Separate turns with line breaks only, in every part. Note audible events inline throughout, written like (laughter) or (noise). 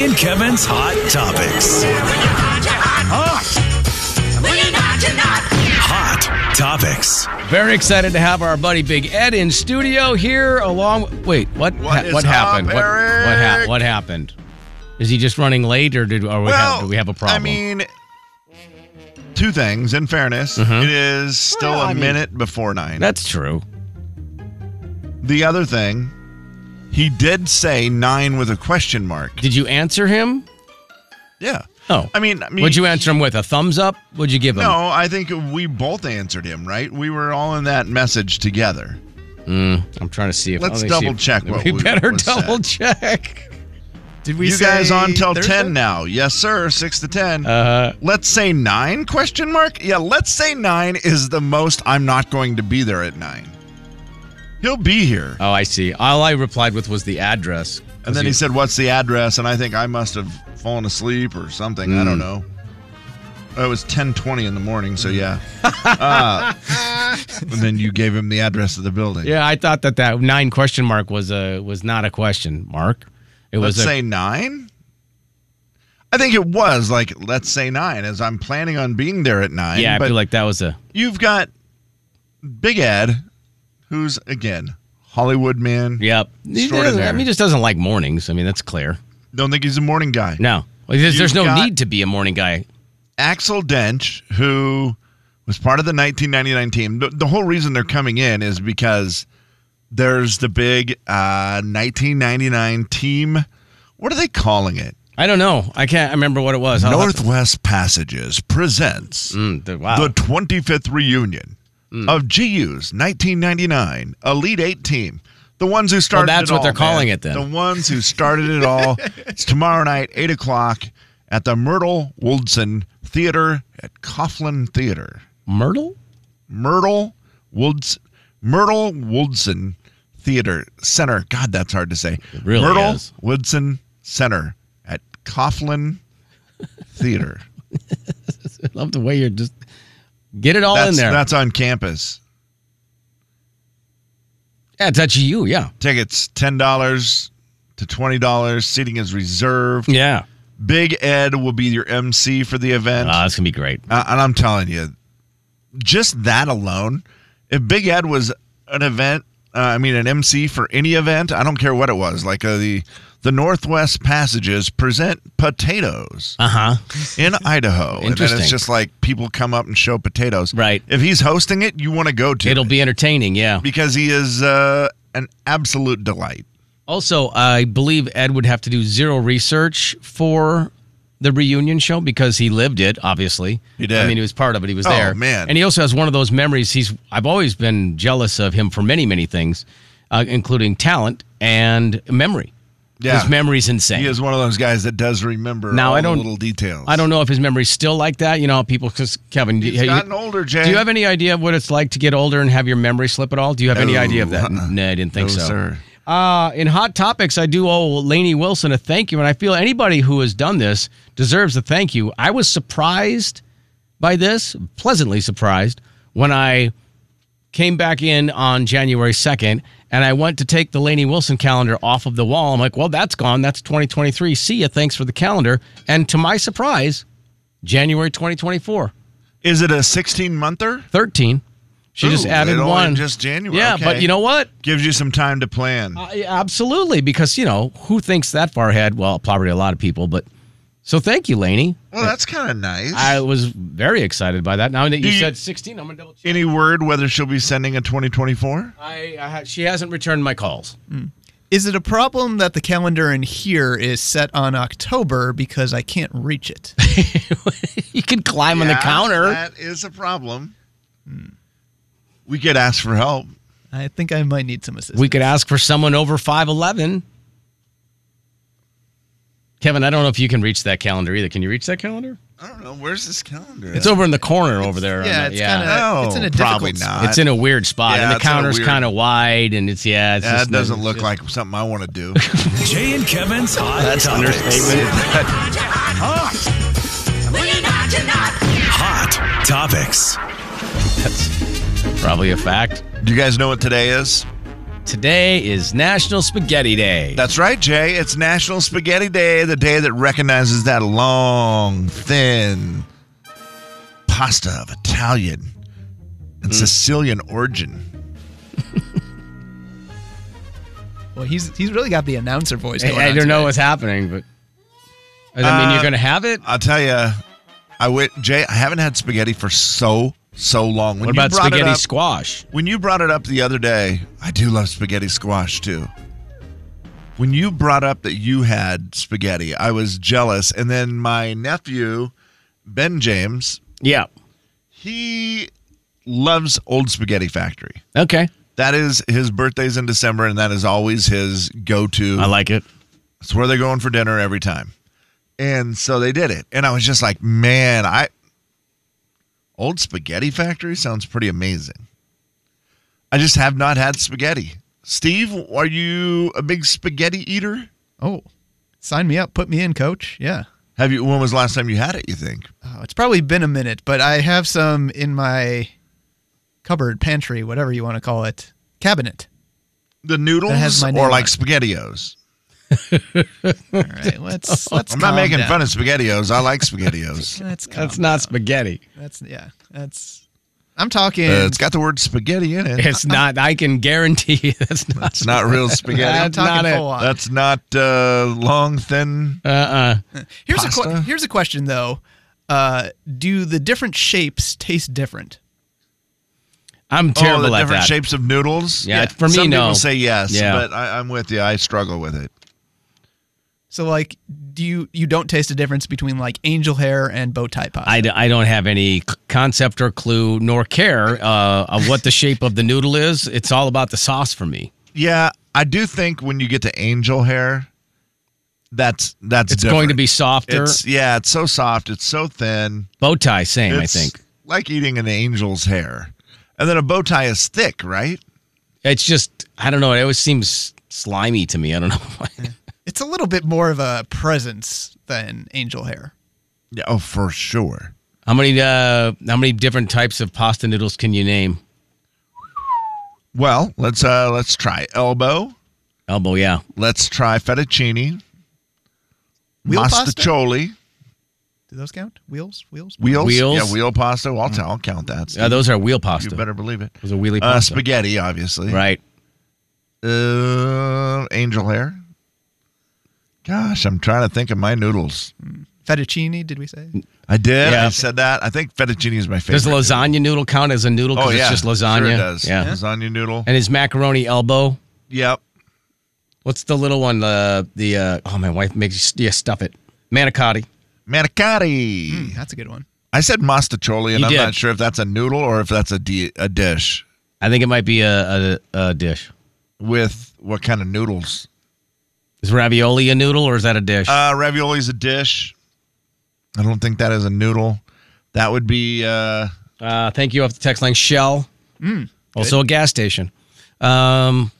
and Kevin's Hot Topics. Hot Topics.
Very excited to have our buddy Big Ed in studio here. Along, wait, what?
What is
what
up,
happened? What- What, hap-
Eric?
what happened? Is he just running late, or did or we have, do we have a problem?
I mean, two things. In fairness,
Mm-hmm.
it is still
Well,
a
I mean-
minute before nine.
that's true.
the other thing, he did say nine with a question mark.
Did you answer him?
Yeah.
Oh,
I mean, I mean
would you answer him with a thumbs up? Would you give him?
No, I think we both answered him, right? We were all in that message together.
Mm, I'm trying to see if let
Let's
me see if-
double check what
we
we-
better
was
double check. Did we?
you guys
say
on till
Thursday?
10 now. Yes, sir. 6 to 10.
Uh,
let's say 9 question mark? Yeah, let's say 9 is the most I'm not going to be there at 9. He'll be here.
oh, I see. All I replied with was the address.
And then he said, "What's the address?" And I think I must have fallen asleep or something. I
Hmm.
don't know. It was ten twenty in the morning, so
(laughs)
yeah. Uh, and then you gave him the address of the building.
Yeah, I thought that that nine question mark was a was not a question mark. It
Let's
was a,
say nine. I think it was like let's say nine, as I'm planning on being there at nine.
yeah. I
but
feel like that was a
you've got Big Ed, who's again Hollywood man.
yep. He
Short
doesn't-
in
I
there.
mean, he just doesn't like mornings. I mean, that's clear.
Don't think he's a morning guy.
No, Like, there's, there's no
You've got-
need to be a morning guy.
Axel Dench, who was part of the 1999 team. The, the whole reason they're coming in is because there's the big uh, 1999 team. What are they calling it?
I don't know. I can't remember what it was. I'll have to-
Northwest Passages presents
Mm, the- wow. Mm.
the 25th reunion of GU's 1999 Elite Eight team. The ones who started.
that's
it
what
all,
they're calling
man.
it then.
The ones who started it all. it's tomorrow night, eight o'clock, at the Myrtle Woodson Theater at Coughlin Theater.
Myrtle.
Myrtle Woods Myrtle Woodson Theater Center. God, that's hard to say.
really
Myrtle
is.
Woodson Center at Coughlin Theater.
I (laughs) love the way you're just get it all
that's,
in there.
that's on campus.
yeah, that's you. Yeah,
Tickets ten dollars to twenty dollars. Seating is reserved.
yeah.
Big Ed will be your MC for the event.
Ah, that's gonna be great.
Uh, and I'm telling you, just that alone, if Big Ed was an event, uh, I mean, an MC for any event, I don't care what it was, like uh, the the Northwest Passages present potatoes
Uh huh.
in Idaho, and then
Interesting.
it's just like people come up and show potatoes.
Right.
If he's hosting it, you want to go to
It'll
it
be entertaining. Yeah.
because he is uh, an absolute delight.
Also, I believe Ed would have to do zero research for the reunion show because he lived it. Obviously,
He did.
I mean, he was part of it. He was
Oh,
there.
man.
And he also has one of those memories. He's I've always been jealous of him for many, many things, uh, including talent and memory.
Yeah.
His memory's insane.
He is one of those guys that does remember
Now,
all
I
the
don't-
little details.
I don't know if his memory's still like that. You know, how people because Kevin, do
He's
you,
gotten older, Jay.
do you have any idea of what it's like to get older and have your memory slip at all? Do you have any
No,
idea of that?
uh-uh.
No, I didn't think
No,
so.
sir.
Uh, in hot topics, I do owe Laney Wilson a thank you, and I feel anybody who has done this deserves a thank you. I was surprised by this, pleasantly surprised, when I came back in on January 2nd and I went to take the Laney Wilson calendar off of the wall. I'm like, well, that's gone. That's 2023. See ya. Thanks for the calendar. And to my surprise, January 2024,
Is it a 16 monther?
13. She just
Ooh,
added
it only
one.
Just January.
yeah, but
okay.
you know what?
gives you some time to plan.
I, absolutely, because you know who thinks that far ahead? Well, probably a lot of people, but so thank you, Laney.
well, Oh, that's kind of nice.
I was very excited by that. Now that you,
Do you-
said 16, I'm gonna double check.
Any word whether she'll be sending a 2024?
I, I ha- she hasn't returned my calls.
Hmm. Is it a problem that the calendar in here is set on October because I can't reach it?
(laughs) you can climb on the
Yeah,
counter.
That is a problem. We could ask for help.
I think I might need some assistance.
we could ask for someone over 5'11. Kevin, I don't know if you can reach that calendar either. Can you reach that calendor?
I don't know. Where's this calendar?
It's over in the corner over there. on
yeah,
that-
it's kinda-
No,
It's in a
probably
difficult
not.
It's in a weird spot,
Yeah,
and the
it's in a
counter's
weird-
kind of wide, and it's yeah. It's
that
just
doesn't look like something I want to do.
Jay and Kevin's Hot Topics. Hot Topics.
That's probably a fact.
do you guys know what today is?
today is National Spaghetti Day.
That's right, Jay. It's National Spaghetti Day, the day that recognizes that long, thin pasta of Italian
Hmm.
and Sicilian origin.
Well, he's he's really got the announcer voice. Going
I, I
on
don't know
today.
what's happening, but I mean,
Uh,
you're going to have it.
I'll tell you, I went, Jay. I haven't had spaghetti for so so long. When
What
you
about
brought it
spaghetti
up-
squash?
When you brought it up the other day, I do love spaghetti squash too. When you brought up that you had spaghetti, I was jealous. And then my nephew, Ben James,
Yeah.
he loves Old Spaghetti Factory.
Okay.
That is his birthday's in December, and that is always his go to.
I like it.
It's where they're going for dinner every time. And so they did it. And I was just like, man, I Old Spaghetti Factory sounds pretty amazing. I just have not had spaghetti. Steve, are you a big spaghetti eater?
Oh, sign me up. Put me in, coach. Yeah.
Have you when was the last time you had it, you think?
Oh, it's probably been a minute, but I have some in my cupboard, pantry, whatever you want to call it,
(laughs)
cabinet.
The noodles
has my name
or
on
like
it.
spaghettios?
All right,
(laughs) Oh,
let's let's.
I'm not
calm
making
down.
fun of spaghettios. I
(laughs)
like spaghettios.
That's
That's not spaghetti.
That's yeah. That's. I'm talking.
Uh, it's got the word spaghetti in it. (laughs)
It's not. I can guarantee you that's not.
It's not real
I'm
spaghetti.
That's not
talking
it.
full on.
That's not uh, long, thin.
Uh uh
(laughs) Here's a
Pasta?
que- here's a question though. Uh, do the different shapes taste different?
I'm
oh,
terrible
the
at
different
that.
shapes of noodles.
Yeah, for me,
Some
no.
people say yes,
Yeah.
but I, I'm with you. I struggle with it.
So like, do you you don't taste a difference between like angel hair and bow tie pie?
I, d- I don't have any c- concept or clue nor care uh, of what the shape of the noodle is. It's all about the sauce for me.
Yeah, I do think when you get to angel hair, that's that's
It's going to
different.
be softer.
It's yeah, it's so soft, it's so thin.
Bow tie, same, I
It's
think.
like eating an angel's hair, and then a bow tie is thick, right?
It's just, I don't know. It always seems slimy to me. I don't know (laughs) why.
it's a little bit more of a presence than angel hair.
Yeah, oh for sure.
How many uh, how many different types of pasta noodles can you name?
Well, let's uh let's try elbow.
Elbow, yeah.
Let's try fettuccine,
Wheel pasta?
masticholi,
Do those count? Wheels, wheels.
wheels,
Wheels?
yeah, wheel pasta. I'll, tell, I'll count that.
Uh, those are wheel
You
pasta.
better believe it.
Those are wheelie
Uh,
pasta.
spaghetti, obviously.
right.
Uh, angel hair. Gosh, I'm trying to think of my noodles.
Fettuccine? Did we say?
I did.
Yeah.
I said that. I think fettuccine is my favorite.
Does lasagna noodle count as a noodle?
Oh
Because
yeah,
it's just
Sure
lasagna.
it does.
Yeah.
lasagna noodle.
And is macaroni elbow?
Yep.
What's the little one? Uh, the uh, oh, my wife makes yeah, stuff it. Manicotti. Mm.
Manicotti.
Hmm, that's a good one.
I said masticholi, and
You
I'm
did.
not sure if that's a noodle or if that's a, di- a dish
I think it might be a, a, a dish.
with what kind of noodles.
Is ravioli a noodle or is that a dish?
Uh, ravioli is a dish. I don't think that is a noodle. That would be. Uh, Mm,
Uh, thank you off the text line. Shell. also a gas station. Um,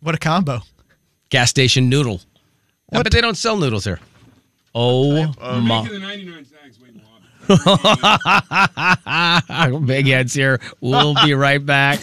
What a combo.
gas station noodle. I bet they don't sell noodles here. Oh my!
Making the 99 snags wait in the
(laughs)
lobby.
Big heads here. We'll be right back.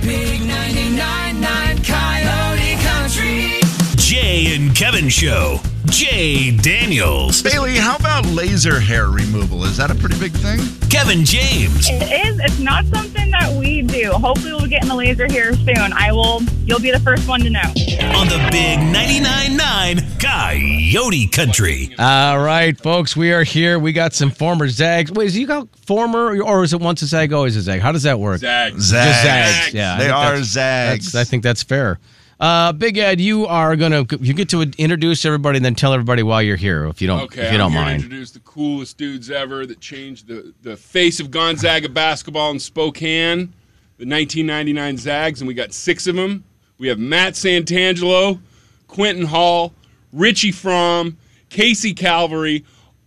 Big 99.9 Coyote Country.
(laughs) Jay and Kevin Show. Jay Daniels.
Bailey, how about laser hair removal? Is that a pretty big thing?
Kevin James.
It is. It's not something that we do. Hopefully, we'll get in the laser here soon. I will. You'll be the first one to know.
On the big 99.9 Coyote Country.
All right, folks, we are here. We got some former Zags. Wait, is you got former or is it once a Zag, always a Zag? How does that work?
Zags.
Zags.
Zags, yeah, I
they
think
are
that's-
zags.
That's, I think that's fair. Uh, Big Ed, you are gonna you get to introduce everybody and then tell everybody why you're here if you don't
Okay,
if you
I'm
don't
here to
mind.
introduce the coolest dudes ever that changed the, the face of Gonzaga basketball in Spokane, the 1999 Zags, and we got six of them. We have Matt Santangelo, Quentin Hall, Richie Fromm, Casey Calvary,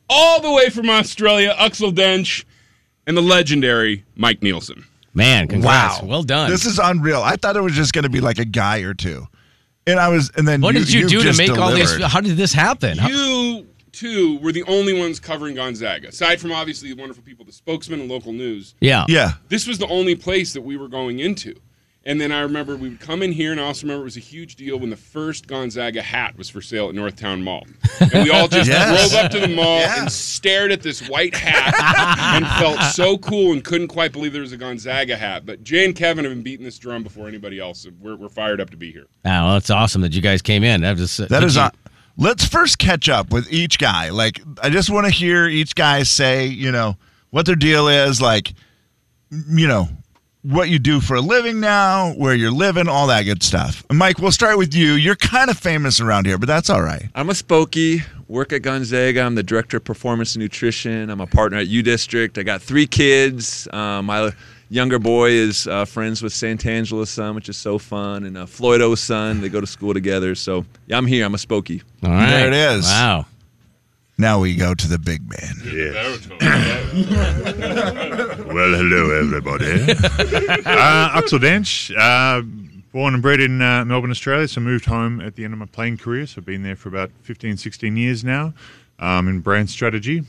all the way from Australia, Uxel Dench, and the legendary Mike Nielsen.
Man, congrats. Well done.
This is unreal. I thought it was just going to be like a guy or two, and I was, and then
what
you-
did you,
you've
do to
just
make all these?
delivered.
How did this happen? How-
You two were the only ones covering Gonzaga, aside from obviously the wonderful people, the spokesman and local news.
yeah.
Yeah,
This was the only place that we were going into. And then I remember we would come in here, and I also remember it was a huge deal when the first Gonzaga hat was for sale at Northtown Mall. And we
(laughs)
all
(laughs)
just
Yes.
drove up to the mall
Yeah.
and stared at this white hat (laughs) and
(laughs)
felt so cool and couldn't quite believe there was a Gonzaga hat. But Jay and Kevin have been beating this drum before anybody else. so We're, we're fired up to be here.
Ah, well, that's awesome that you guys came in. That is
That is on. Let's first catch up with each guy. Like, I just want to hear each guy say, you know, what their deal is, like, m- you know, what you do for a living now, where you're living, all that good stuff. Mike, we'll start with you. You're kind of famous around here, but that's all right.
I'm a Spokey, work at Gonzaga. I'm the director of performance and nutrition. I'm a partner at U District. I got three kids. Uh, my younger boy is uh, friends with Santangelo's son, which is so fun, and uh, Floyd O's son. They go to school together. So yeah, I'm here. I'm a Spokey.
All right.
There it is.
Wow.
Now we go to the big man.
Well, hello (laughs) everybody. uh, Axel Dench, uh, born and bred in uh, Melbourne, Australia. So moved home at the end of my playing career. So I've been there for about 15, 16 years now um, in brand strategy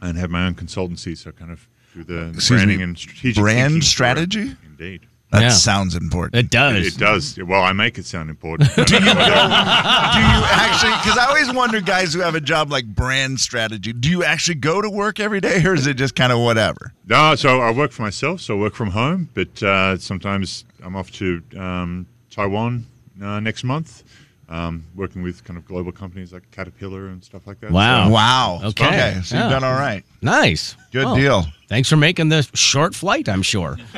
and have my own consultancy. So I kind of do the
Excuse
branding
me,
and strategic
brand
thinking for it.
strategy?
Indeed.
That
Yeah.
sounds important.
It does.
It does. Well, I make it sound
(laughs)
important. do (laughs) you
do you actually? Because I always wonder, guys who have a job like brand strategy, do you actually go to work every day, or is it just kind of whatever?
No, so I work for myself, so I work from home, but uh, sometimes I'm off to um, Taiwan uh, next month, um, working with kind of global companies like Caterpillar and stuff like
uh,
that.
Wow. Oh.
Wow.
Okay.
so
Yeah.
you've done all right.
Nice.
Good
Well,
deal.
Thanks for making the short flight, I'm sure. (laughs)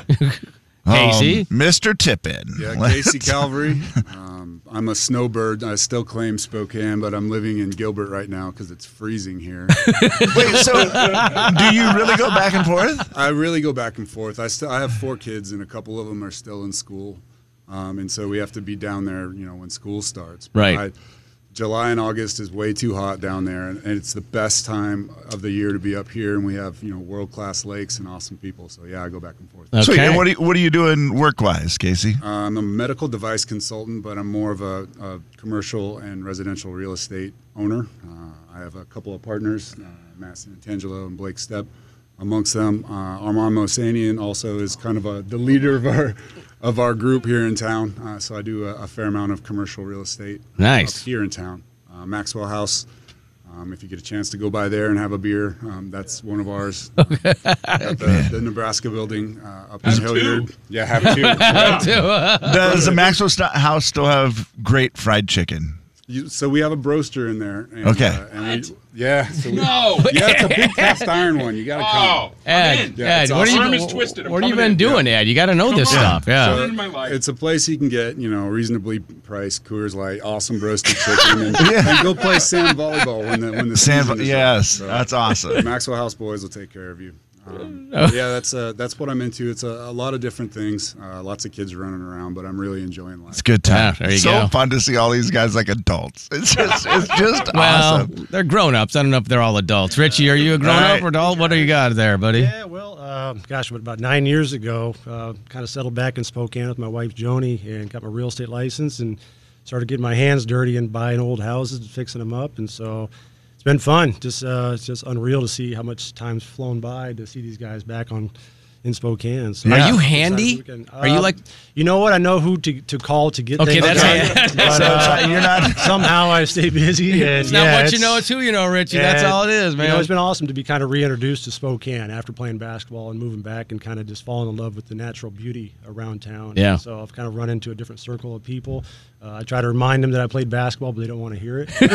Um,
Casey?
Mr. Tippin.
(laughs)
(laughs)
Yeah, Casey Calvary. Um, I'm a snowbird. I still claim Spokane, but I'm living in Gilbert right now because it's freezing here.
(laughs) Wait, so do you really go back and forth?
I really go back and forth. I still I have four kids, and a couple of them are still in school, um, and so we have to be down there, you know, when school starts. But
Right.
I- July and August is way too hot down there, and, and it's the best time of the year to be up here. And we have you know world class lakes and awesome people. So yeah, I go back and forth.
Okay.
Sweet. And what are you, what are you doing work wise, Casey?
Uh, I'm a medical device consultant, but I'm more of a, a commercial and residential real estate owner. Uh, I have a couple of partners, uh, Matt Santangelo and Blake Stepp. Amongst them, uh, Armand Mosanian also is kind of a, the leader of our of our group here in town. Uh, so I do a, a fair amount of commercial real estate. up
Nice.
here in town, uh, Maxwell House. Um, if you get a chance to go by there and have a beer, um, that's one of ours. Got the, the Nebraska building uh, up in
Have two.
Hilliard. Yeah,
(laughs)
have
(laughs)
two. Yeah.
(laughs) Does the Maxwell St- House still have great fried chicken?
You, so we have a broaster in there. And,
Okay.
uh, and we, yeah. So we,
No.
Yeah, it's a big cast iron one. You got to
Oh,
come.
Ed,
Yeah,
Ed
it's
what,
awesome.
have
Arm
you,
is twisted. I'm
what have you
coming
been
in.
doing, Ed? You got to know
Come
this
on.
stuff. Yeah.
Turn my life.
It's a place you can get, you know, reasonably priced Coors Light, awesome roasted
(laughs)
chicken, and, and go play sand volleyball when the when the
Sand,
season is up.
yes,
So
that's awesome.
Maxwell House boys will take care of you.
(laughs)
Um, yeah, that's uh, that's what I'm into. It's a, a lot of different things. Uh, lots of kids running around, but I'm really enjoying life.
It's a good time.
Yeah, there you
so
go.
fun to see all these guys like adults. It's just, it's just
Well,
awesome.
they're grown ups. I don't know if they're all adults. Richie, are you a grown up
Right.
or adult? What do you got there, buddy?
Yeah, well, uh, gosh, about nine years ago, uh, kind of settled back in Spokane with my wife Joni and got my real estate license and started getting my hands dirty and buying old houses and fixing them up. And so it's been fun. Just uh, it's just unreal to see how much time's flown by to see these guys back on in Spokane. So
Are
Yeah.
you handy?
Besides the weekend.
Are you
Uh,
like,
you know what? I know who to, to call to get.
Okay, (laughs)
things
that's
done,
it.
(laughs) but, uh,
You're
(laughs)
not.
somehow I stay busy. And
it's not
yeah,
what you know, it's who you know, Richie. That's
and,
all it is, man.
You know, it's been awesome to be kind of reintroduced to Spokane after playing basketball and moving back and kind of just falling in love with the natural beauty around town.
Yeah.
So I've kind of run into a different circle of people. Uh, I try to
(laughs)
remind (laughs) them that I played basketball, but they don't want to hear it. Uh,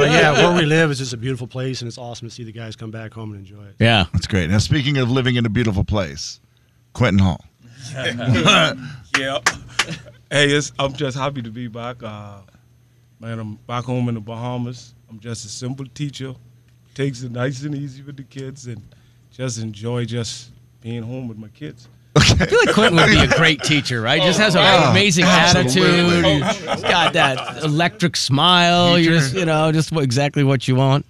but yeah, where we live is just a beautiful place, and it's awesome to see the guys come back home and enjoy it.
yeah.
That's great. Now, speaking of living in a beautiful place, Quentin Hall.
Yeah. (laughs) hey, it's, I'm just happy to be back. Uh, man, I'm back home in the Bahamas. I'm just a simple teacher. Takes it nice and easy with the kids and just enjoy just being home with my kids.
I feel like Quentin would be
(laughs)
a great teacher, right? Just
Oh,
has an amazing
absolutely.
attitude. He's got that electric smile. You're just, you know, just what, exactly what you want.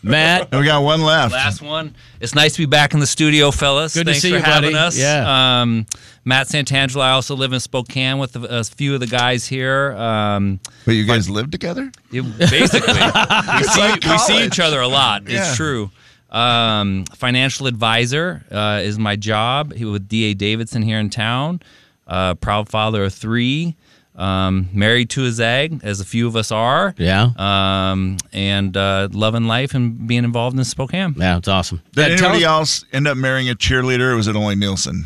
Matt,
And we got one left.
Last one. It's nice to be back in the studio, fellas.
Good to
Thanks
see
for
you,
having
buddy.
us.
Yeah.
Um, Matt Santangelo. I also live in Spokane with a, a few of the guys here. Um,
But you guys live together?
it-
(laughs)
basically, we, see,
like
we see
college.
each other a lot.
Yeah.
It's true. Um, financial advisor uh, is my job here with DA Davidson here in town. uh, proud father of three, um, married to a zag, as a few of us are.
Yeah.
Um, and uh, loving life and being involved in Spokane.
Yeah, it's awesome.
Did anybody else end up marrying a cheerleader, or was it only Nielsen?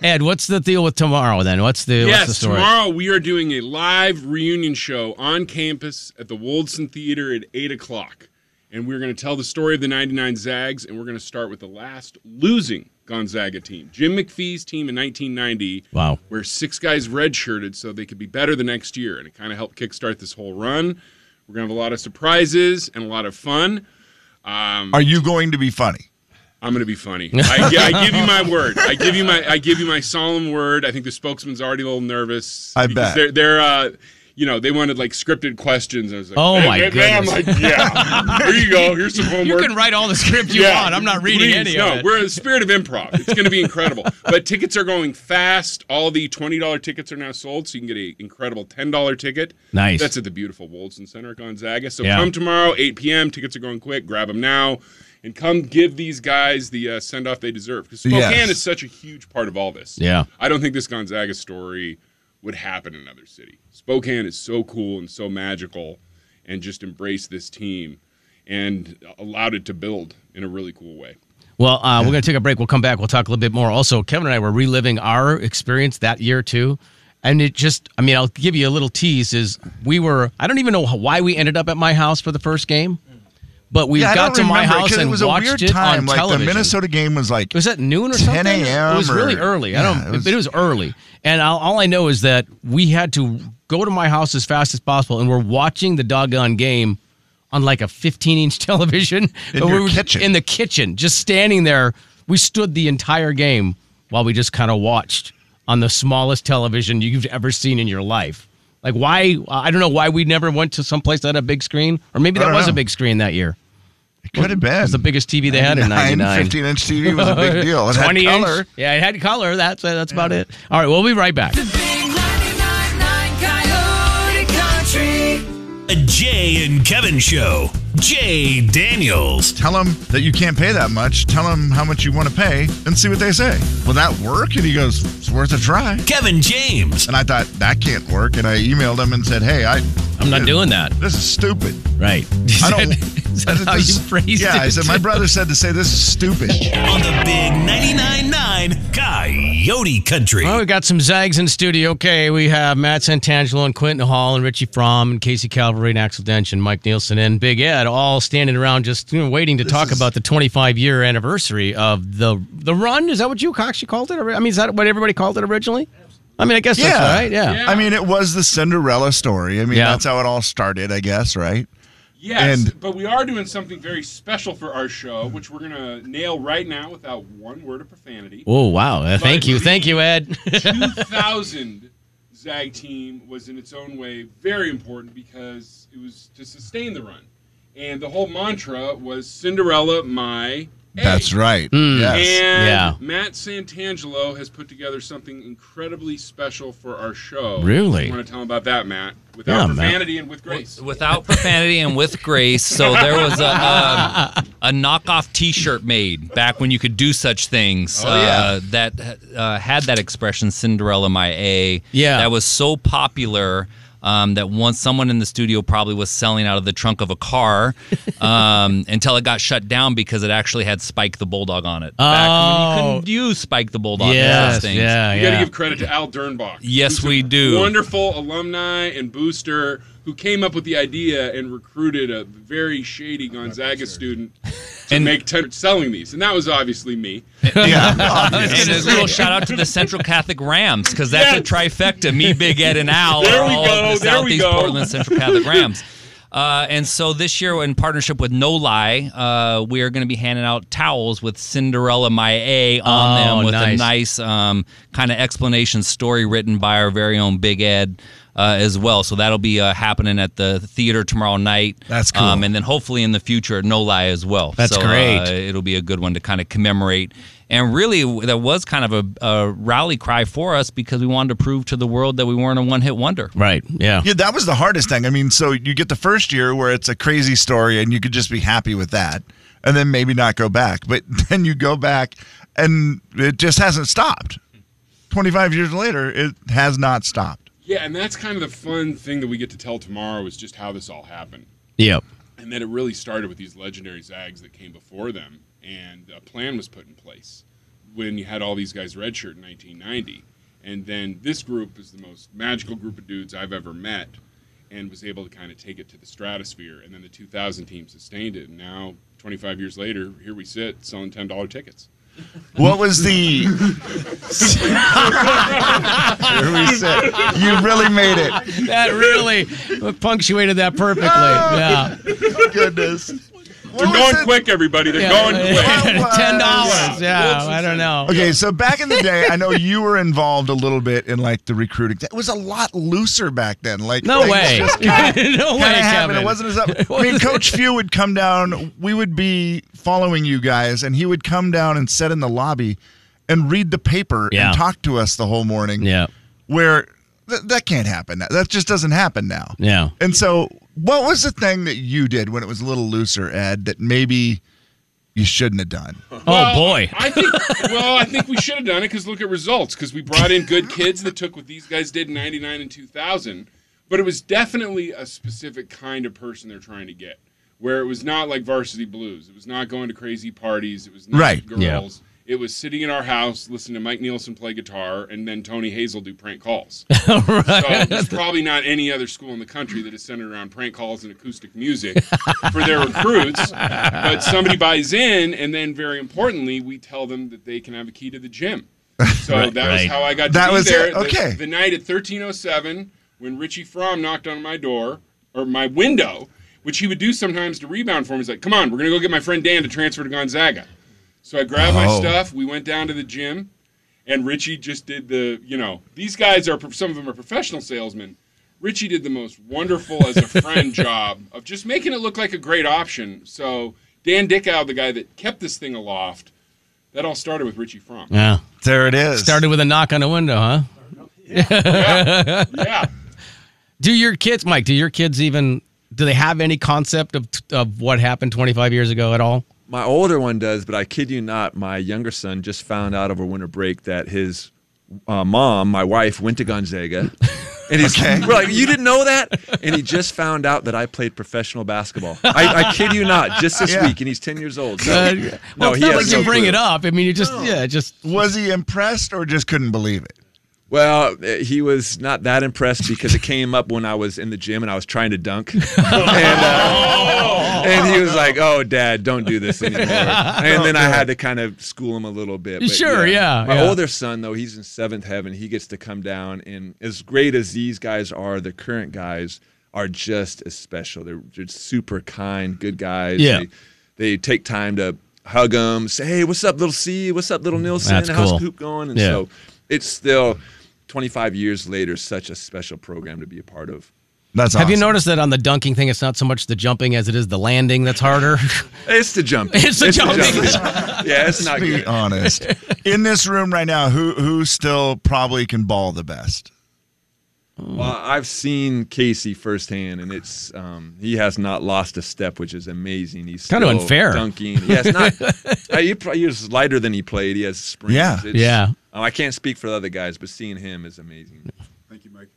Ed, what's the deal with tomorrow then? What's the what's the
yes,
story?
tomorrow we are doing a live reunion show on campus at the Woldson Theater at 8 o'clock. And we're going to tell the story of the 99 Zags, and we're going to start with the last losing Gonzaga team, Jim McPhee's team in 1990,
Wow.
where six guys redshirted so they could be better the next year. And it kind of helped kickstart this whole run. We're going to have a lot of surprises and a lot of fun. Um,
Are you going to be funny?
I'm going to be
(laughs)
funny. I,
(laughs)
gi- I give you my word. I give you my I give you my solemn word. I think the spokesman's already a little nervous.
I
because
bet.
they're they're uh, you know they wanted like scripted questions. I was like,
Oh,
"Hey,
my
man, man." I'm
goodness. (laughs)
like, yeah. (laughs) Here you go. Here's some homework.
You can write all the script you want. I'm not reading
please,
any
no,
of it.
we're in the spirit of improv. It's going to
(laughs)
be incredible. but tickets are going fast. All the twenty dollar tickets are now sold, so you can get an incredible ten dollar ticket.
Nice.
That's at the beautiful Woldson Center at Gonzaga. So
Yeah.
come tomorrow, eight p.m. Tickets are going quick. Grab them now, and come give these guys the uh, send off they deserve. Because Spokane
Yes.
is such a huge part of all this.
Yeah.
I don't think this Gonzaga story would happen in another city. Spokane is so cool and so magical, and just embrace this team. And allowed it to build in a really cool way.
Well, uh, we're going to take a break. We'll come back. We'll talk a little bit more. Also, Kevin and I were reliving our experience that year too, and it just—I mean, I'll give you a little tease: is we were—I don't even know how- why we ended up at my house for the first game, but we
Yeah, I
got to
don't
my
remember it,
house
'cause
and
it was a
watched
weird
it
time.
on
like
television.
the Minnesota game was like
was that noon or
10
something?
a.m.
It was really
or-
early. I
Yeah,
don't.
it was-
but it was early, and all, all I know is that we had to go to my house as fast as possible, and we're watching the doggone game on like a 15 inch (laughs) television
In
But
your
we were
kitchen.
in the kitchen, just standing there. We stood the entire game while we just kind of watched on the smallest television you've ever seen in your life. Like why? I don't know why we never went to someplace that had a big screen, or maybe
I
that
don't
was a
know.
big screen that year.
It could have been.
It was the biggest TV they had in 99.
15 inch TV was a big deal. It had
20 inch.
color.
Yeah, it had color. That's uh, that's about it. All right, we'll be right back.
A Jay and Kevin show. Jay Daniels.
Tell them that you can't pay that much. Tell them how much you want to pay and see what they say. Will that work? And he goes, It's worth a try.
Kevin James.
And I thought, That can't work. And I emailed him and said, Hey, I,
I'm not doing that.
This is stupid.
Right. (laughs)
I don't.
Is that how you phrased
yeah, I
it?
said, My brother said to say this is stupid.
On the big 99.9 Coyote Country.
Well, we got some zags in the studio. Okay, we have Matt Santangelo and Quentin Hall and Richie Fromm and Casey Calvary and Axel Dench and Mike Nielsen and Big Ed all standing around just you know, waiting to talk about the 25 year anniversary of the the run. Is that what you actually called it? I mean, is that what everybody called it originally? I mean, I guess that's right. Yeah.
I mean, it was the Cinderella story. I mean,
Yeah.
that's how it all started, I guess, right?
Yes,
And-
but we are doing something very special for our show, which we're going to nail right now without one word of profanity.
Oh wow! Uh, thank
But
you,
the
thank you, Ed.
2000 Zag team was in its own way very important because it was to sustain the run. And the whole mantra was Cinderella, my. A.
That's right. Hmm.
Mm.
Yes.
And
Yeah.
Matt Santangelo has put together something incredibly special for our show.
Really?
You want to tell him about that, Matt? Without
Yeah, Matt.
profanity and with
(laughs)
grace.
without profanity and with grace. So there was a a, a knockoff T-shirt made back when you could do such things
Oh, yeah.
uh, that uh, had that expression "Cinderella my A."
Yeah.
that was so popular. Um, that once someone in the studio probably was selling out of the trunk of
(laughs)
a car um, until it got shut down because it actually had Spike the Bulldog on it. Back when you
Oh.
couldn't use Spike the Bulldog. and
Yes,
those things.
yeah,
You got to give credit to Al Dernbach.
Yes, we do.
Wonderful alumni and booster who came up with the idea and recruited a very shady Gonzaga student
(laughs)
to make t- selling these, and that was obviously me. (laughs)
and a little shout out to the Central Catholic Rams because that's a trifecta. Me, Big Ed, and Al
There
are
we
all
go,
of the
there we
Southeast
go.
Portland Central Catholic Rams. Uh, and so this year, in partnership with No Lie, uh, we are going to be handing out towels with Cinderella My A on
Oh,
them with a
nice.
nice um, kind of explanation story written by our very own Big Ed uh, as well. So that'll be uh, happening at the theater tomorrow night.
That's cool.
Um, and then hopefully in the future at No Lie as well.
That's
so,
great.
Uh, it'll be a good one to kind of commemorate. And really, that was kind of a, a rally cry for us because we wanted to prove to the world that we weren't a one hit wonder.
Right. (laughs) Yeah.
Yeah, that was the hardest thing. I mean, so you get the first year where it's a crazy story and you could just be happy with that. and then maybe not go back. But (laughs) then you go back and it just hasn't stopped. 25 years later, it has not stopped.
Yeah, and that's kind of the fun thing that we get to tell tomorrow is just how this all happened.
Yep.
And that it really started with these legendary Zags that came before them, and a plan was put in place when you had all these guys redshirt in 1990. And then this group is the most magical group of dudes I've ever met and was able to kind of take it to the stratosphere. And then the 2000 team sustained it. And now, 25 years later, here we sit selling $10 tickets.
What
(laughs)
was
(clears throat)
the. (laughs) Here we sit. You really made it. Oh.
That really punctuated that perfectly. Yeah.
Goodness.
They're going quick, everybody. They're going quick.
(laughs) Ten dollars. Yeah, I don't know.
Okay, so back in the day, I know you were involved a little bit in like the recruiting. It was a lot looser back then. Like
No
things
way. (laughs)
just kinda-
No
kinda
way,
happened.
Kevin.
It
(laughs)
wasn't as up. I mean, Coach Few would come down. We would be following you guys, and he would come down and sit in the lobby and read the paper
Yeah.
and talk to us the whole morning.
Yeah.
where th- that can't happen. now. That just doesn't happen now.
Yeah.
And so, what was the thing that you did when it was a little looser, Ed? That maybe you shouldn't have done.
Well,
(laughs) uh,
I think. Well, I think we should have done it because look at results. Because we brought in good kids that took what these guys did in '99 and 2000, but it was definitely a specific kind of person they're trying to get. Where it was not like varsity blues. It was not going to crazy parties. It was not
Right, yeah.
girls. It was sitting in our house listening to Mike Nielsen play guitar and then Tony Hazel do prank
(laughs)
calls. So there's probably not any other school in the country that is centered around prank calls and acoustic
(laughs)
music for their recruits. But somebody buys in, and then very importantly, we tell them that they can have a key to the
(laughs)
gym. So
Right,
that was
right.
how I got to
That
be
was
there.
it?
The-
Okay.
The, night at 1307, when Richie Fromm knocked on my door or my window, which he would do sometimes to rebound for me. He's like, "Come on, we're gonna go get my friend Dan to transfer to Gonzaga." So I grabbed my
Oh.
stuff. We went down to the gym, and Richie just did the, you know, these guys are, some of them are professional salesmen. Richie did the most wonderful as a friend job of just making it look like a great option. So Dan Dickow, the guy that kept this thing aloft, that all started with Richie Fromm. (laughs)
Yeah.
There it is.
Started with a knock on a window, huh?
Yeah. yeah.
(laughs) Do your kids, Mike? Do your kids even? Do they have any concept of of what happened 25 years ago at all?
My older one does, but I kid you not, my younger son just found out over winter break that his uh, mom, my wife, went to Gonzaga. And he's we're (laughs) like, you didn't know that? And he just found out that I played professional basketball. I, I kid you not, just this
Yeah.
week, and he's 10 years old. So,
Uh, well, it's not like
has
you
no
bring
clue.
it up. I mean, you just yeah, just
Was he impressed or just couldn't believe it?
Well, uh, he was not that impressed because it came up when I was in the gym and I was trying to dunk. (laughs) and, uh, and he was like, oh, dad, don't do
(laughs)
this anymore. And then I had to kind of school him a little bit.
Sure, yeah,
My
yeah.
older son, though, he's in seventh heaven. He gets to come down. And as great as these guys are, the current guys are just as special. They're, they're super kind, good guys.
Yeah.
They, they take time to hug them, say, hey, what's up, little C? What's up, little Nilsson?
That's
How's
cool.
Coop going? And
Yeah.
so it's still 25 years later, such a special program to be a part of.
That's
Have you noticed that on the dunking thing, it's not so much the jumping as it is the landing that's harder?
It's the jump.
(laughs) It's the jumping. (laughs)
yeah, it's not
Let's be
good.
honest. In this room right now, who who still probably can ball
(laughs)
the best?
Well, I've seen Casey firsthand, and it's um, he has not lost a step, which is amazing. He's
Kind of
still
unfair.
Dunking, yeah,
(laughs)
it's not. uh, he, pro- he was lighter than he played. He has springs.
Yeah.
It's-
Yeah.
um, I can't speak for the other guys, but seeing him is amazing.
Thank you, Mike.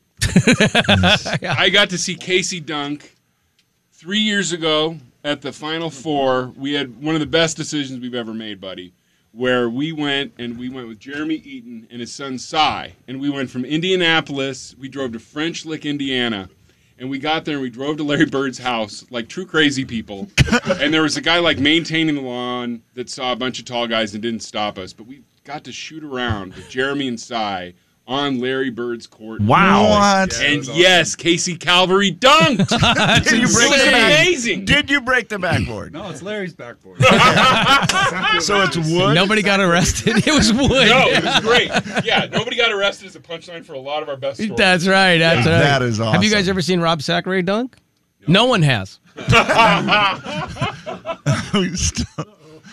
I got to see Casey dunk three years ago at the Final Four. We had one of the best decisions we've ever made, buddy. Where we went and we went with Jeremy Eaton and his son Cy, and we went from Indianapolis. We drove to French Lick, Indiana, and we got there and we drove to Larry Bird's house like true crazy people. and there was a guy like maintaining the lawn that saw a bunch of tall guys and didn't stop us, but we got to shoot around with Jeremy and Cy on Larry Bird's court.
Wow. What? Yeah, that
and
was
yes, Casey Calvary dunked.
Did you break the
It's
back-
amazing.
Did you break the backboard?
No, it's Larry's backboard.
so it's wood.
(laughs) Nobody got arrested. (laughs) It was wood.
No, it was great. Yeah, nobody got arrested is a punchline for a lot of our best stories.
That's right. That's
Yeah.
right.
That is
Have you guys
awesome.
ever seen Rob Sacre dunk? No, one has.
(laughs)
We still-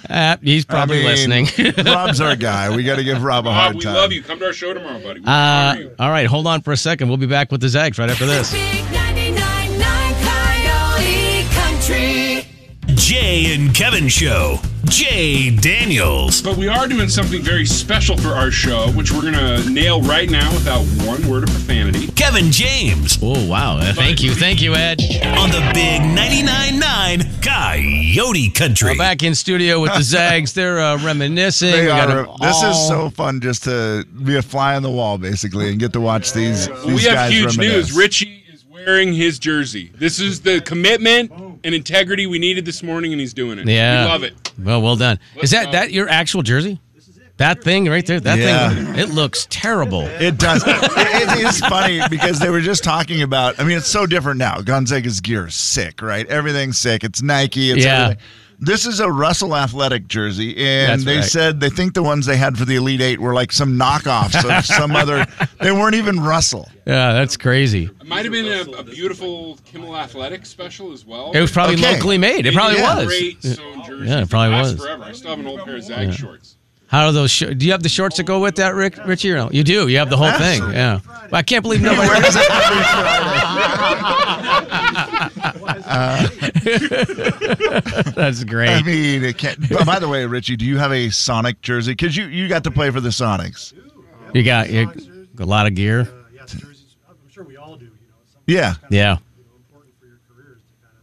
Uh, he's
I
probably
mean,
listening.
(laughs) Rob's our guy. We got to give Rob a
Bob,
hard
we
time.
love you. Come to our show tomorrow, buddy. We
Uh,
honor you.
all right, hold on for a second. We'll be back with the Zags right after this.
Big 99.9 Coyote Country.
Jay and Kevin Show. Jay Daniels.
But we are doing something very special for our show, which we're going to nail right now without one word of profanity.
Kevin James.
Oh, wow. Uh, Thank you. Thank you, Ed.
On the big 99.9 Coyote Country.
We're back in studio with the Zags. They're uh, reminiscing.
They
We got
are,
them
this is
all-
so fun just to be a fly on the wall, basically, and get to watch these, these
we have
guys
huge
reminisce.
news. Richie is wearing his jersey. This is the commitment and integrity we needed this morning, and he's doing it.
Yeah.
We love it.
Well, well done.
Let's
is that
go.
that your actual jersey? That thing right there, that
Yeah.
thing, it looks terrible.
It
(laughs)
does. it, it is funny because they were just talking about. I mean, it's so different now. Gonzaga's gear is sick, right? Everything's sick. It's Nike. It's
Yeah.
everything. This is a Russell Athletic jersey, and
That's
they
right.
said they think the ones they had for the Elite Eight were like some knockoffs
(laughs)
of some other. They weren't even Russell.
Yeah, that's crazy.
It might have been a, a beautiful Kimmel Athletic special as well.
It was probably locally made. It probably
Yeah.
was.
Great sewn
Yeah,
jerseys.
it probably
Last
was.
Forever. I still have an old pair of Zag
Yeah.
shorts.
How are those? Sh- do you have the shorts that go with that, Rick? Richie? Or no? You do. You have the whole thing. Yeah. Well, I can't believe nobody. (laughs)
(laughs)
That's great.
Uh, I mean, it can't. But by the way, Richie, do you have a Sonic jersey? Because you you got to play for the Sonics.
You got you, a lot of gear.
Yeah.
Yeah.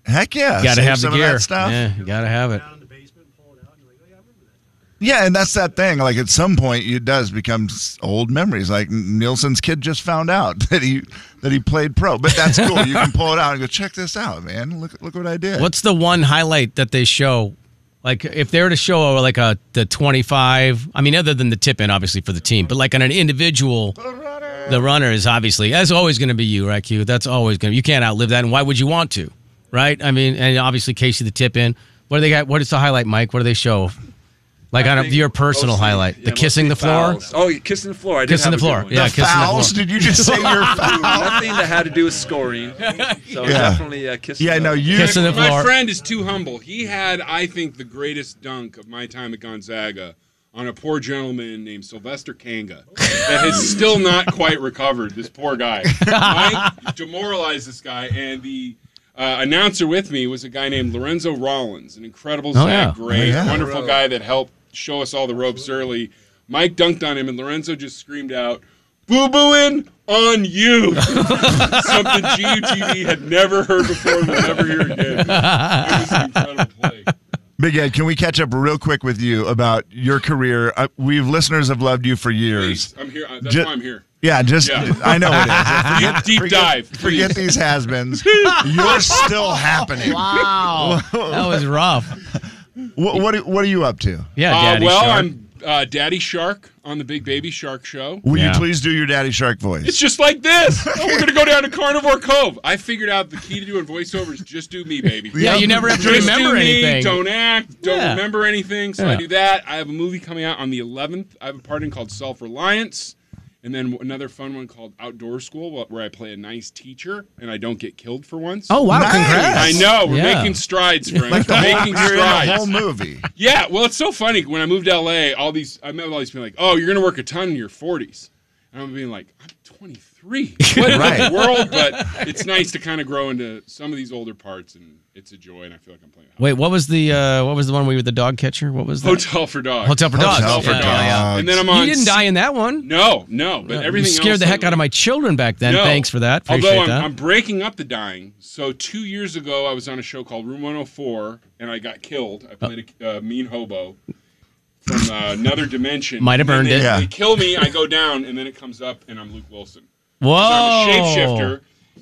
Heck yeah.
gotta
Save
have the
some of that
gear.
stuff.
Yeah, you gotta have it.
Yeah, and that's that thing. Like at some point, it does become s- old memories. Like Nielsen's kid just found out (laughs) that he that he played pro, but that's cool. You
(laughs)
can pull it out and go check this out, man. Look look what I did.
What's the one highlight that they show? Like if they were to show uh, like a the twenty five, I mean, other than the tip in, obviously for the team, but like on an individual, the runner is obviously that's always going to be you, right? Q. That's always going. to You can't outlive that, and why would you want to, right? I mean, and obviously Casey the tip in. What do they got? What is the highlight, Mike? What do they show? Like on a, your personal highlight, the kissing the floor.
Fouls. Oh, yeah, kissing the floor. I did
Kissing
have
the
a good
floor.
one.
Yeah, The kissing the fouls? floor. Did you just say
(laughs)
your fouls?
Nothing that had to do with scoring. So definitely uh, kissing. the-
my, My friend is too humble. He had, I think, the greatest dunk of my time at Gonzaga on a poor gentleman named Sylvester Kanga that has still not quite recovered. This poor
(laughs)
guy. Mike demoralized this guy, and the. Uh, announcer with me was a guy named Lorenzo Rollins, an incredible
Oh,
Zag
yeah.
great,
Oh, yeah.
wonderful guy that helped show us all the ropes early. Mike dunked on him, and Lorenzo just screamed out, "Boo booing on you!" (laughs) Something GUTV had never heard before, and will never hear again.
(laughs) Big Ed, can we catch up real quick with you about your career? Uh, we've listeners have loved you for years.
I'm here. Uh, that's
Ju-
why I'm here.
Yeah, just
Yeah.
I know it is.
(laughs) Deep- deep dive.
Forget
please.
these has-beens.
(laughs)
You're still happening. (laughs)
Wow, that was rough.
What what, are- what are you up to?
Uh, well, I'm uh, Daddy Shark on the Big Baby Shark Show.
Will you please do your Daddy Shark voice?
It's just like
(laughs)
this. Oh, we're gonna go down to Carnivore Cove. I figured out the key to doing voiceovers: just do me, baby.
Yeah, you never have to
Just
remember
do me,
anything.
Don't act. Don't
Yeah.
remember anything. So I
Yeah.
do that. I have a movie coming out on the 11th. I have a part in called Self Reliance, and then another fun one called Outdoor School, wh- where I play a nice teacher and I don't get killed for once.
Oh, wow, Nice. congrats.
I know we're
Yeah.
making strides, friends.
Like the
we're
whole-
making
you're in the
strides.
whole movie.
(laughs) Yeah, well, it's so funny. When I moved to LA, all these I met all these people like, "Oh, you're gonna work a ton in your 40s," and I'm being like, "I'm
(laughs)
23. What in
Right.
the world?" But it's nice to kind of grow into some of these older parts, and it's a joy. And I feel like I'm playing
Wait, what was the uh, what was the one we were the dog catcher? What was that?
Hotel for Dogs.
Hotel for dogs.
Hotel for
Yeah,
Dogs.
yeah, yeah.
And then I'm on.
You didn't
se-
die in that one.
No, no. Oh, But everything
you scared
else
the heck out of my children back then.
No.
Thanks for that. Appreciate
Although I'm,
that.
I'm breaking up the dying. So two years ago, I was on a show called Room 104, and I got killed. I played a uh, mean hobo from uh, another dimension.
Might have
And
burned
they,
it. Yeah.
They kill me. I go down, and then it comes up, and I'm Luke Wilson.
Whoa.
So I'm a shapeshifter.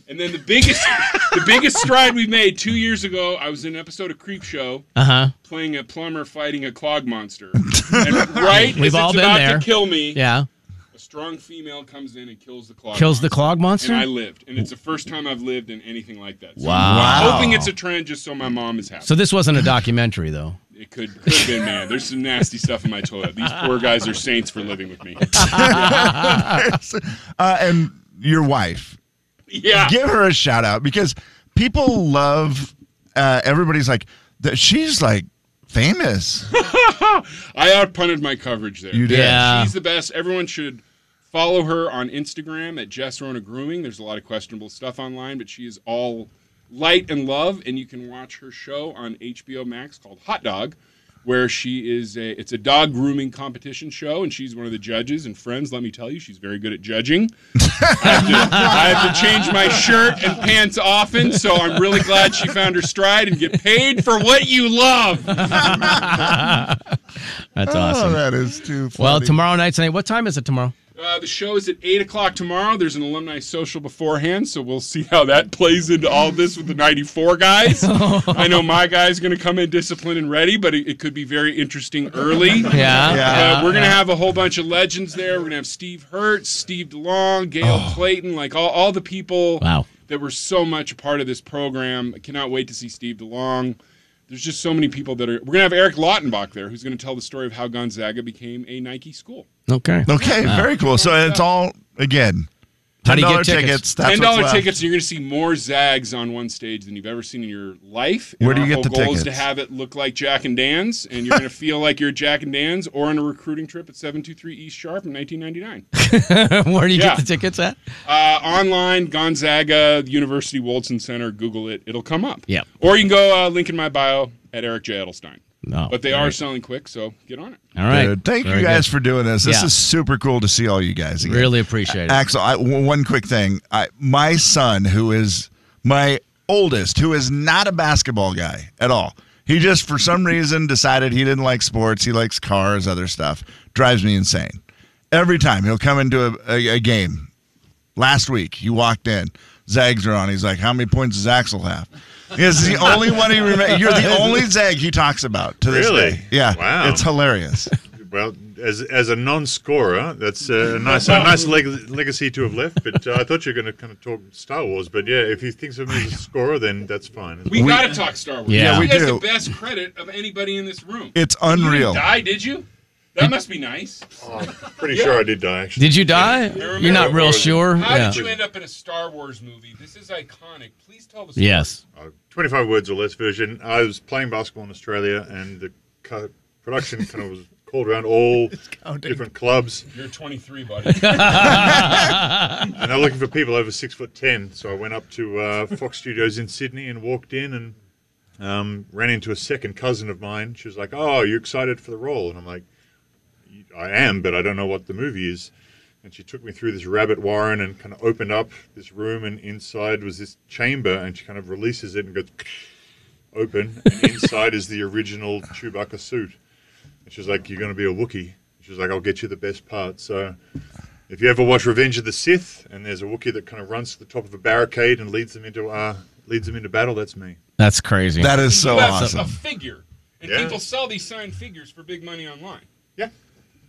And then the biggest, the biggest stride we made two years ago. I was in an episode of Creep Show,
Uh-huh.
playing a plumber fighting a clog monster. And
(laughs)
right
We've
as
all
it's
been
about
there.
to kill me,
Yeah.
a strong female comes in and kills the clog.
Kills the clog monster?
And I lived, and it's the first time I've lived in anything like that. So
Wow.
I'm
Wow.
hoping it's a trend, just so my mom is happy.
So this wasn't a documentary though.
It could could have been, man. There's some nasty stuff in my toilet. These poor guys are saints for living with
(laughs)
me.
(laughs) uh, and your wife.
Yeah.
Give her a shout out because people love uh, everybody's like that she's like famous.
I outpunted my coverage there.
You did. Yeah.
She's the best. Everyone should follow her on Instagram at Jess Rona Grooming. There's a lot of questionable stuff online, but she is all Light and Love, and you can watch her show on HBO Max called Hot Dog, where she is a it's a dog grooming competition show, and she's one of the judges. And friends, let me tell you, she's very good at judging. I have to, I have to change my shirt and pants often, so I'm really glad she found her stride and get paid for what you love.
That's
Oh,
awesome.
that
is too
Well,
funny.
tomorrow night's night. What time is it tomorrow?
Uh, the show is at 8 o'clock tomorrow. There's an alumni social beforehand, so we'll see how that plays into all this with the 94
(laughs)
guys. I know my guy's going to come in disciplined and ready, but it, it could be very interesting early.
(laughs) Yeah. Yeah.
Uh, we're going to
Yeah.
have a whole bunch of legends there. We're going to have Steve Hertz, Steve DeLong, Gail
Oh.
Clayton, like all, all the people
Wow.
that were so much a part of this program. I cannot wait to see Steve DeLong. There's just so many people that are. We're going to have Eric Lautenbach there, who's going to tell the story of how Gonzaga became a Nike school.
Okay.
Okay.
Wow.
Very cool. So it's all again.
How
Ten
do you
dollar
get
tickets.
tickets?
That's
Ten
what's
dollar
left.
tickets, and you're going to see more Zags on one stage than you've ever seen in your life. And
Where do you
our
get
whole
the
goal Is to
tickets?
have it look like Jack and Dan's,
(laughs)
and you're going to feel like you're at Jack and Dan's, or on a recruiting trip at 723 East Sharp in
(laughs)
1999.
Where do you
Yeah.
get the tickets at?
Uh, online, Gonzaga University Woldson Center. Google it; it'll come up.
Yeah.
Or you can go uh, link in my bio at Eric J Edelstein.
No.
But they
all
are
Oh, right.
selling quick, so get on it.
All right.
Dude, thank
Very
you guys
good.
for doing this. This
Yeah.
is super cool to see all you guys again.
Really appreciate it.
Axel, I, w- one quick thing. I, my son, who is my oldest, who is not a basketball guy at all, he just for some reason decided he didn't like sports. He likes cars, other stuff. Drives me insane. Every time he'll come into a, a, a game. Last week, he walked in. Zags are on. He's like, "How many points does Axel have?" It's the only one he remembers. You're
(laughs)
the only Zag he talks about to this
Really?
day. Yeah,
Wow.
it's hilarious.
Well, as as a non-scorer, that's a nice a nice leg- legacy to have left. But uh, I thought you were going to kind of talk Star Wars. But yeah, if he thinks of me as a scorer, then that's fine.
We, got to talk Star Wars.
Yeah, we
he has
do.
the best credit of anybody in this room.
It's
You didn't
unreal.
die, did you? That must be nice.
Pretty
Yeah.
sure I did die. Actually,
Did you die? You're not real sure.
How
Yeah.
did you end up in a Star Wars movie? This is iconic. Please tell the story.
Yes.
Uh, 25 words or less version. I was playing basketball in Australia, and the co- production kind of was called around all different clubs.
You're 23, buddy.
and they're looking for people over six foot ten. So I went up to uh, Fox Studios in Sydney and walked in and um, ran into a second cousin of mine. She was like, "Oh, you excited for the role?" And I'm like, "I am, but I don't know what the movie is." And she took me through this rabbit warren and kind of opened up this room, and inside was this chamber, and she kind of releases it and goes (sniffs) open, and inside is the original Chewbacca suit. And she was like, "You're going to be a Wookiee." She was like, "I'll get you the best part." So, if you ever watch Revenge of the Sith, and there's a Wookiee that kind of runs to the top of a barricade and leads them into uh, leads them into battle, that's me.
(laughs) That's crazy.
That is so
you have
awesome.
A figure, and
Yeah.
people sell these signed figures for big money online.
Yeah.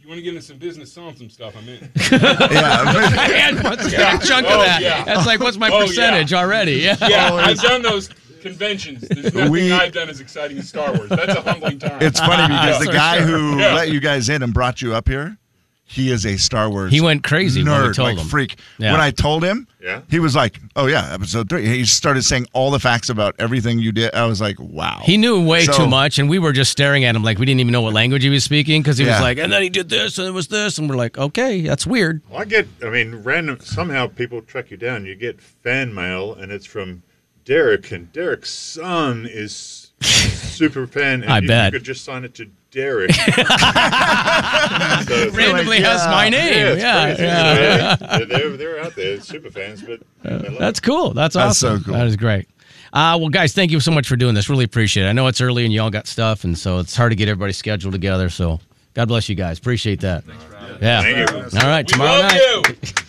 You want to get into some business, sell 'em some stuff. I'm
(laughs)
in.
(laughs) I had one- a chunk of
Oh,
that.
yeah.
That's like, what's my
Oh, yeah.
percentage already? Yeah.
Yeah, I've done those conventions. There's nothing
We-
I've done as exciting as Star Wars. That's a humbling time.
(laughs)
(laughs)
It's funny because the guy who
Yeah.
let you guys in and brought you up here, he is a Star Wars.
He went crazy
nerd,
when we told
like
him.
freak.
Yeah.
When I told him,
Yeah.
he was like, "Oh yeah, episode three. He started saying all the facts about everything you did. I was like, "Wow."
He knew way
So-
too much, and we were just staring at him like we didn't even know what language he was speaking because he was
Yeah.
like, and then he did this, and it was this, and we're like, okay, that's weird.
Well, I get, I mean, random. Somehow people track you down. You get fan mail, and it's from Derek, and Derek's son is
(laughs)
super fan. And
I
you,
bet.
you could just sign it to
(laughs)
Derek.
Randomly has my name. Yeah, yeah.
they're, they're, they're out there, super fans, but they love
That's cool. That's
That's
awesome.
so cool.
That is great. Uh, well, guys, thank you so much for doing this. Really appreciate it. I know it's early and y'all got stuff, and so it's hard to get everybody scheduled together. So God bless you guys. Appreciate that. yeah.
Thank you.
All right.
We
Tomorrow
love
night.